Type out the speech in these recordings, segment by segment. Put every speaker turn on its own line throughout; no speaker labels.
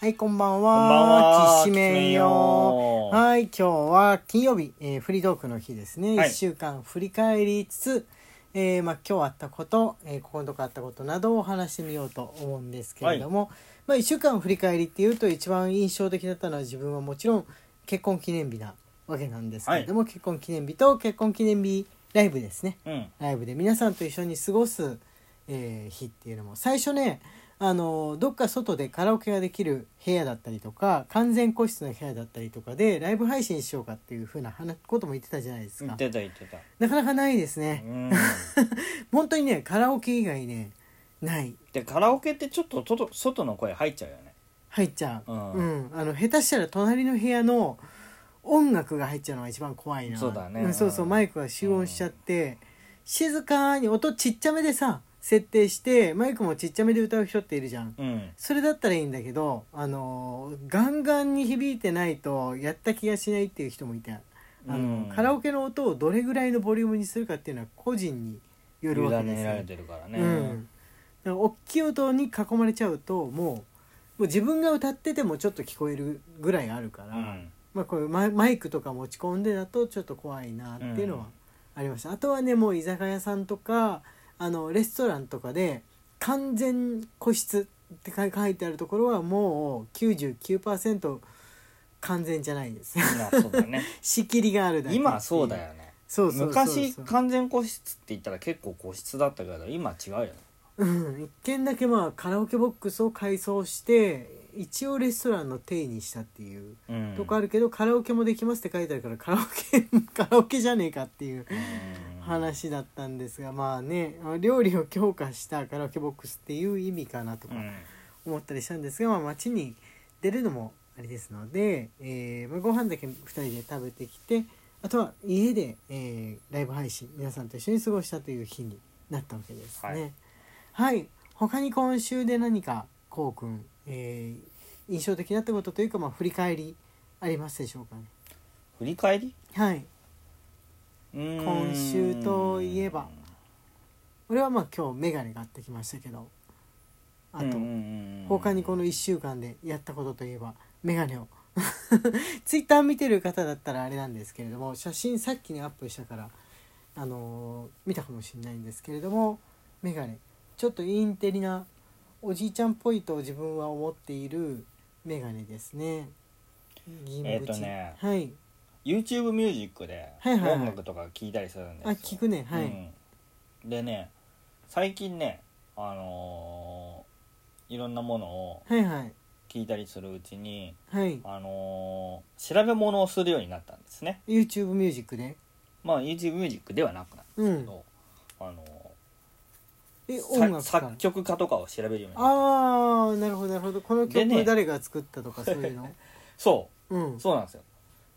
はい、こんばんは。
こんばんは。
きしめんよ。はい、今日は金曜日、えーフリートークの日ですね。一、
はい
週間振り返りつつ、えーまあ今日あったこと、えーここのとこあったことなどをお話してみようと思うんですけれども、まあ一週間振り返りっていうと一番印象的だったのは自分はもちろん結婚記念日なわけなんですけれども、結婚記念日と結婚記念日ライブですね。
うん。
ライブで皆さんと一緒に過ごす、えー日っていうのも最初ねあのどっか外でカラオケができる部屋だったりとか完全個室の部屋だったりとかでライブ配信しようかっていうふうな話ことも言ってたじゃないです
言
か
ってた言ってた。
なかなかないですね
うん。
本当にねカラオケ以外ねない
でカラオケってちょっと外外の声入っちゃうよね。
入っちゃう、
うん
うん、あの下手したら隣の部屋の音楽が入っちゃうのが一番怖いな
そうだね
んそうそう
うん
マイクが集音しちゃって、静かに音ちっちゃめでさ設定してマイクもちっちゃめで歌う人っているじゃん
うん。
それだったらいいんだけどあのーガンガンに響いてないとやった気がしないっていう人もいたあの、
うん
カラオケの音をどれぐらいのボリュームにするかっていうのは個人によ
委
るわけです
ね
よ
られてるからね。
うん、だから大きい音に囲まれちゃうともうもう自分が歌っててもちょっと聞こえるぐらいあるから、
うん。
まあ、こういうマイマイクとか持ち込んでだとちょっと怖いなっていうのはありました、あとはねもう居酒屋さんとかあのレストランとかで完全個室って書い書いてあるところはもう99%完全じゃないです
今そう だね。
仕切りがあるだけ
今そうだよね。
そうそうそうそう
昔完全個室って言ったら結構個室だったけど今違うよね。
うん、一軒だけまあカラオケボックスを改装して一応レストランの体にしたっていう
うん。
とこあるけど、カラオケもできますって書いてあるからカラオケ カラオケじゃねえかっていう
うん。
話だったんですがまあね料理を強化したカラオケボックスっていう意味かなと
う
か
ん。
思ったりしたんですが、まあ、街に出るのもあれですので、えーまあ、ご飯だけ2人で食べてきてあとは家で、えーライブ配信皆さんと一緒に過ごしたという日になったわけですね。はい、他に今週で何かこうくん、えー印象的だったことというか、まあ、振り返りありますでしょうかね。
振り返り？
はい、
今
今週といえば俺はまあ今日メガネ買ってきましたけどあと、他にこの1週間でやったことといえばメガネを ツイッター見てる方だったらあれなんですけれども写真さっきにアップしたから、あのー見たかもしれないんですけれどもメガネちょっとインテリなおじいちゃんっぽいと自分は思っているメガネですね。銀
えーとね
はい、
YouTube ミュージックで
はいはいはい
音楽とか聴いたりするんです
あ
よ
聞くねはい、
うんでね最近ねあのーいろんなものを
はいはい
聞いたりするうちに
はい
あのー調べ物をするようになったんですね
YouTube ミュージックで、
まあ YouTube ミュージックではなくな
う
るけ
ん、
ど、あの
え
ー
音楽
さ
から
作曲家とかを調べるようになった
ああなるほどなるほどこの
で
曲
ね
誰が作ったとかそういうの、
そ
うん
うそうなんですよ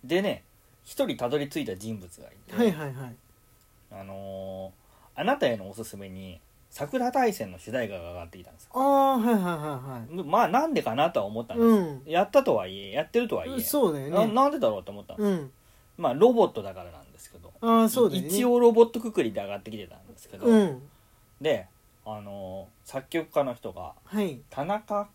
でね一人たどり着いた人物がいて、
はいはいはい
あのーあなたへのおすすめに桜大戦の主題歌が上がってきたんですよ
ああはいはいはいはい
まあなんでかなとは思ったんです、
うん
やったとはいえやってるとはいえ
そうだ
な
よね
なんでだろうと思ったんです、
うん
まあロボットだからなんですけど
ああそうだよね
一応ロボットくくりで上がってきてたんですけど、
うん
で、あのー作曲家の人が
はい
田中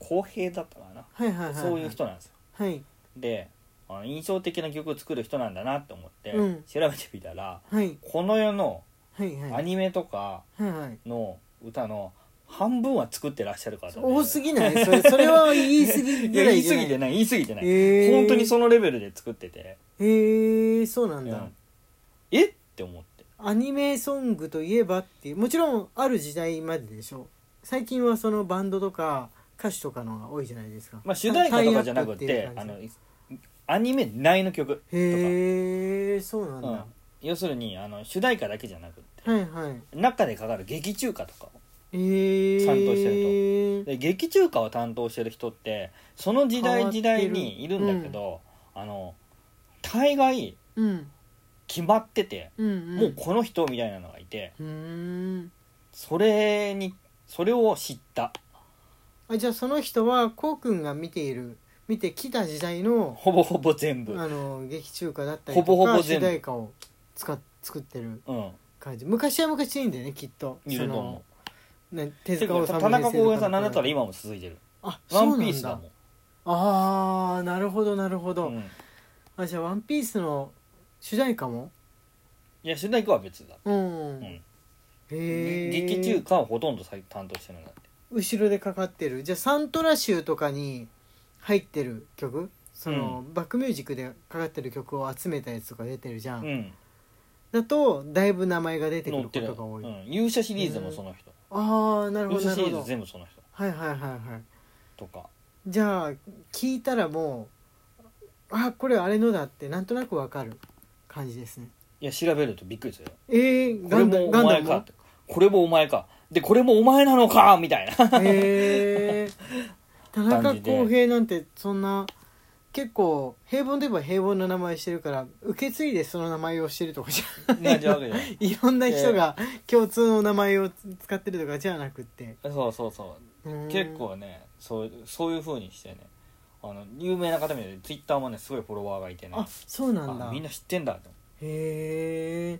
康平だったかな、
はいはいはいは
そういう人なんですよ
はい
であの印象的な曲を作る人なんだなと思って
うん
調べてみたら、
はい
この世の
はいはい
アニメとか
はいはい
の歌の半分は作ってらっしゃる方で
多すぎないそれそれは言い過ぎ
い
ぐ
や
ら
言
い
い
じ
過
ゃな
ぎ
い
てない言い過ぎてない、
えー
本当にそのレベルで作ってて、
へえそうなん
う
だ、
んえって思って
アニメソングといえばっていうもちろんある時代まででしょ最近はそのバンドとか歌手とかのが多いじゃないですか
まあ主題歌とかじゃなくて
タイアップっ
あ
い
の
う感じ
アニメ内の曲とか、
へえそうなんだ、
うん要するにあの主題歌だけじゃなくって、
はいはい
中でかかる劇中歌とかを
えー、
ちゃんとして
る
で劇中歌を担当してる人ってその時
変
代
わって
時
る
代にいるんだけど、あの大概
とうん
決まってて、
うんうん
もうこの人みたいなのがいて
うーん
それにそれを知った
あじゃあその人はこうくんが見ている見てきた時代の
ほぼほぼ全部、
あの劇中歌だったりとか
ほぼほぼ
主
全部
題歌を使っ作ってる
うん、
感じ昔は昔でいいんだよねきっと
いると思
そのね手
うて
塚治
か
虫
田
先生
中光
と
平
か
さんなんだったら今も続いてる
あ
「ワ
そう
ン
な
ピー
ん
スだ
だ
もん
ああなるほどなるほど、
うん、
あじゃあ「ワンピースの主題歌も
いや主題歌は別だ、
うん、
うん
へえ
劇中歌をほとんどさ担当してるんだって
後ろでかかってるじゃあサントラ集とかに入ってる曲その、バックミュージックでかかってる曲を集めたやつとか出てるじゃん、
うん
だとだいぶ名前が出てく
乗
る
っ
こ
てる、
とが
う
多い、
ん、勇者シリーズもその人
ああなるほど
勇
な
者シ
る
リ
ほ
ーズ
ど
全部その人
はいはいはいはい
とか
じゃあ聞いたらもうあこれあれのだってなんとなくわかる感じですね
いや調べるとびっくりするよ
えー、
こ
ガ
れ
ンダ
も
ム
お
ガンダ
前
ム
か
も
ってこれもお前かでこれもお前なのかみたいな
へえ田中
感じで
康平なんてそんな結構平凡といえば平凡な名前してるから受け継いでその名前をしてるとかじ
感じなわけじゃない
ゃいろんな人 が共通の名前を使ってるとかじゃなくって
そうそうそう結構ねそうそういうふうにしてねあの有名な方みたいでツイッターもねすごいフォロワーがいてね
あそうなんだ
あみん
へ
な知ってんだって
え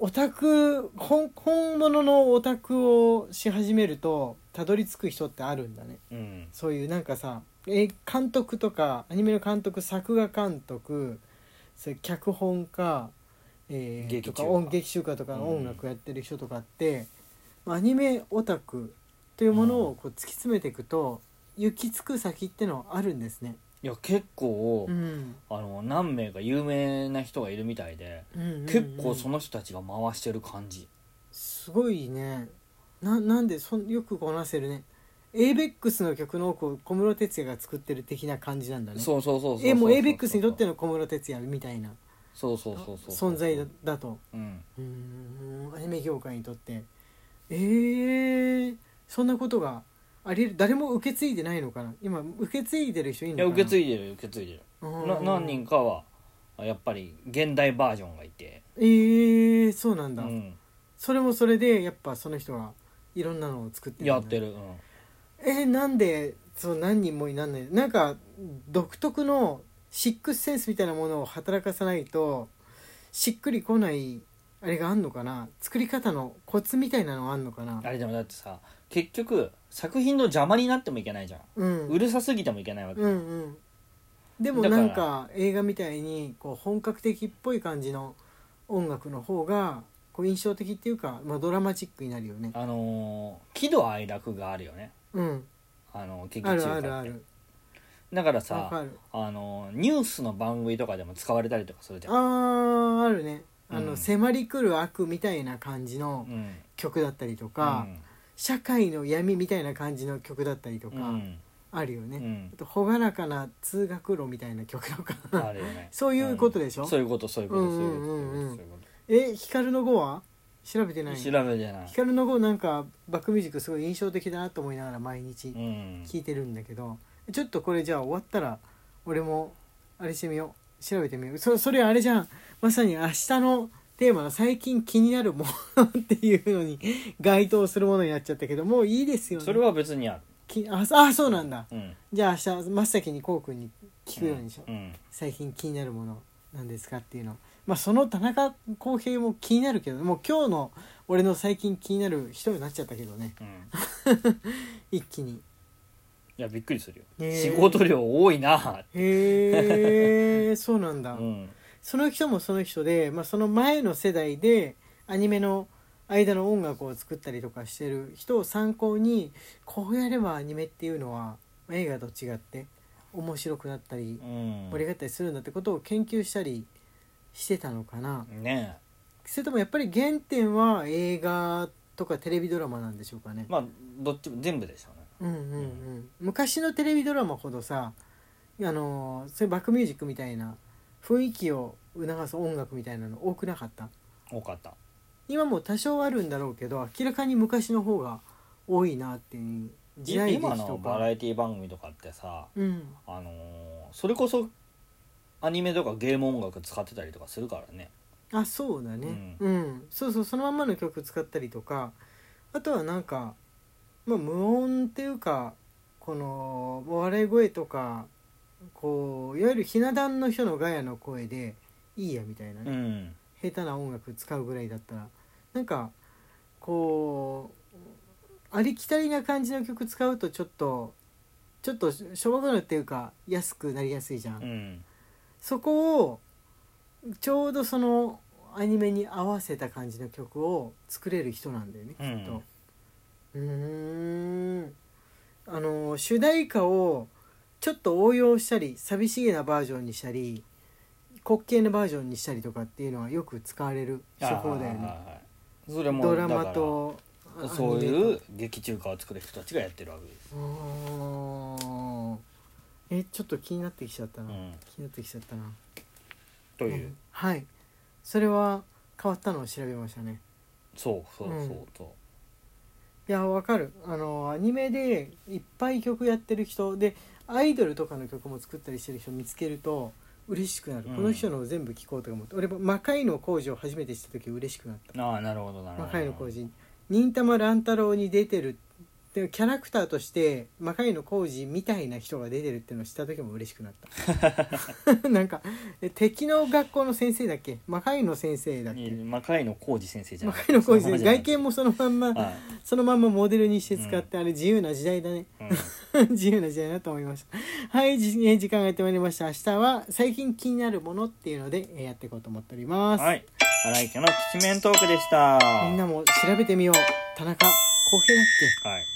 オタク本本物のオタクをし始めるとたどり着く人ってあるんだね
うん
そういうなんかさえ監督とかアニメの監督作画監督それ脚本家、えー、
劇
とか
中歌
音劇中歌とかの
うん
音楽やってる人とかって、まあアニメオタクというものをこう突き詰めていくと、行き着く先ってのはあるんですね。
いや結構、
うん
あの何名か有名な人がいるみたいで、
うんうんうん
結構その人たちが回してる感じ
すごいねななんでそんよくこなせるね ABEX の曲の多くを小室哲哉が作ってる的な感じなんだね。
そうそうそうそう
えもう ABEX にとって
の
の小室哲哉みたいな
そうそうそうそう
存在だだと
うん
うーんアニメ業界にとってえー、そんなことがありえる誰も受け継いでないのかな今受け継いでる人いる
い
のか
や
な
受け継
い
いでる受け継いでるな何人かはやっぱり現代バージョンがいて、
えー、そうなん
う
だ、
ん、
それもそれでやっぱその人がいろんなのを作ってんだ
やってる、うん、
えー、なんでそう何人もいなんないなんか独特のシックスセンスみたいなものを働かさないとしっくりこないあれがあんのかな作り方のコツみたいなのあんのかな
あれでもだってさ結局作品の邪魔になってもいけないじゃん、
うん
うるさすぎてもいけないわけ、
うんうんでも
だから
なんか映画みたいにこう本格的っぽい感じの音楽の方がこう印象的っていうか、まあ、ドラマチックになるよね
あのー喜怒哀楽があるよね
うん
あの劇
あ
中
る
歌
あ
って
るある
だから
わか
さ
る
あのーニュースの番組とかでも使われたりとかするじ
あ
ゃん、
ーあるねあの、
うん
迫り来る悪みたいな感じの
うん、
曲だったりとか、社会の闇みたいな感じの曲だったりと
う
か
ん、うん
あるよ
う
ね、
ん
あと朗らかな通学路みたいな曲とか
あるよね
そういうことでしょ
うんそういうことそういうこと
うん
そううんい
うんうん
うことそういうこ
え光の碁は調べて
と
ない
調べてない、
光の碁なんかバックミュージックすごい印象的だなと思いながら毎日
うん、
聴いてるんだけど、ちょっとこれじゃあ終わったら俺もあれしてみよう調べてみようそそれあれじゃんまさに明日のテーマの最近気になるものっていうのに 該当するものになっちゃったけどもういいですよね
それは別にある
きああそうなんだ
うん
じゃあ明日真っ先にこうくんに聞くようにしよう、
うん
最近気になるものなんですかっていうのまあその田中康平も気になるけどもう今日の俺の最近気になる人になっちゃったけどね
うん
一気に
いやびっくりするよ、
へー
仕事量多いな
へえ そうなん
う
だ、
ん
その人もその人で、まあ、その前の世代でアニメの間の音楽を作ったりとかしてる人を参考にこうやればアニメっていうのはまあ映画と違って面白くなったり
うん
盛り上がったりするんだってことを研究したりしてたのかな
ね
それともやっぱり原点は映画とかテレビドラマなんでしょうかね、
えまあどっちも全部でしょう
う
ね
んうんうん、昔のテレビドラマほどさあのーそういうバックミュージックみたいな雰囲気を促す音楽みたいなの多くなかった
多かった
今も多少あるんだろうけど明らかに昔の方が多いなっていう時代劇
今の
と
バ
か
ラエティ番組とかってさ
うん
あのーそれこそアニメとかゲーム音楽使ってたりとかするからね
あそうだねうん、そうそうそのまんまの曲使ったりとかあとはなんか、まあ、無音っていうかこの笑い声とかこういわゆるひな壇の人のガヤの声でいいやみたいなね、
うん
下手な音楽使うぐらいだったらなんかこうありきたりな感じの曲使うとちょっとちょっとししょぼくなるっていうか安くなりやすいじゃん、
うん
そこをちょうどそのアニメに合わせた感じの曲を作れる人なんだよねきっと。うーんあの主題歌をちょっと応用したり寂しげなバージョンにしたり滑稽なバージョンにしたりとかっていうのはよく使われる手法だよ
はいは
ね。
いはいそれも
ドラマと。
だからそういうう劇中歌を作る人たちがやってるわけです、
うーんえちょっと気になってきちゃった
う
な、
ん、
気になってきちゃったな。
という、
んはいそれは変わったのを調べましたね
そうそうそうそう、
いやわかるあのアニメでいっぱい曲やってる人でアイドルとかの曲も作ったりしてる人見つけると嬉しくなる、
うん
この人のを全部聴こうとか思って俺も「魔界の工事」を初めてした時嬉しくなった
ああなるほどな
「
るほど
魔界の工事」忍たま乱太郎に出てるでキャラクターとして魔界の工事みたいな人が出てるっていうのを知った時も嬉しくなった なんかえ敵の学校の先生だっけ魔界の先生だっけ
いや魔界の浩二先生じゃ
魔
なかった
界の工事
そ
です
のまま
ね
じゃな
外見もそのまんま、
はい
そのまんまモデルにして使って、あれ自由な時代だね
うん
自由な時代だと思いましたはいじえー時間がやってまいりました明日は最近気になるものっていうのでえーやっていこうと思っております、
はい荒井家のきちめんトークでした
みんなも調べてみよう田中浩平だっけ
はい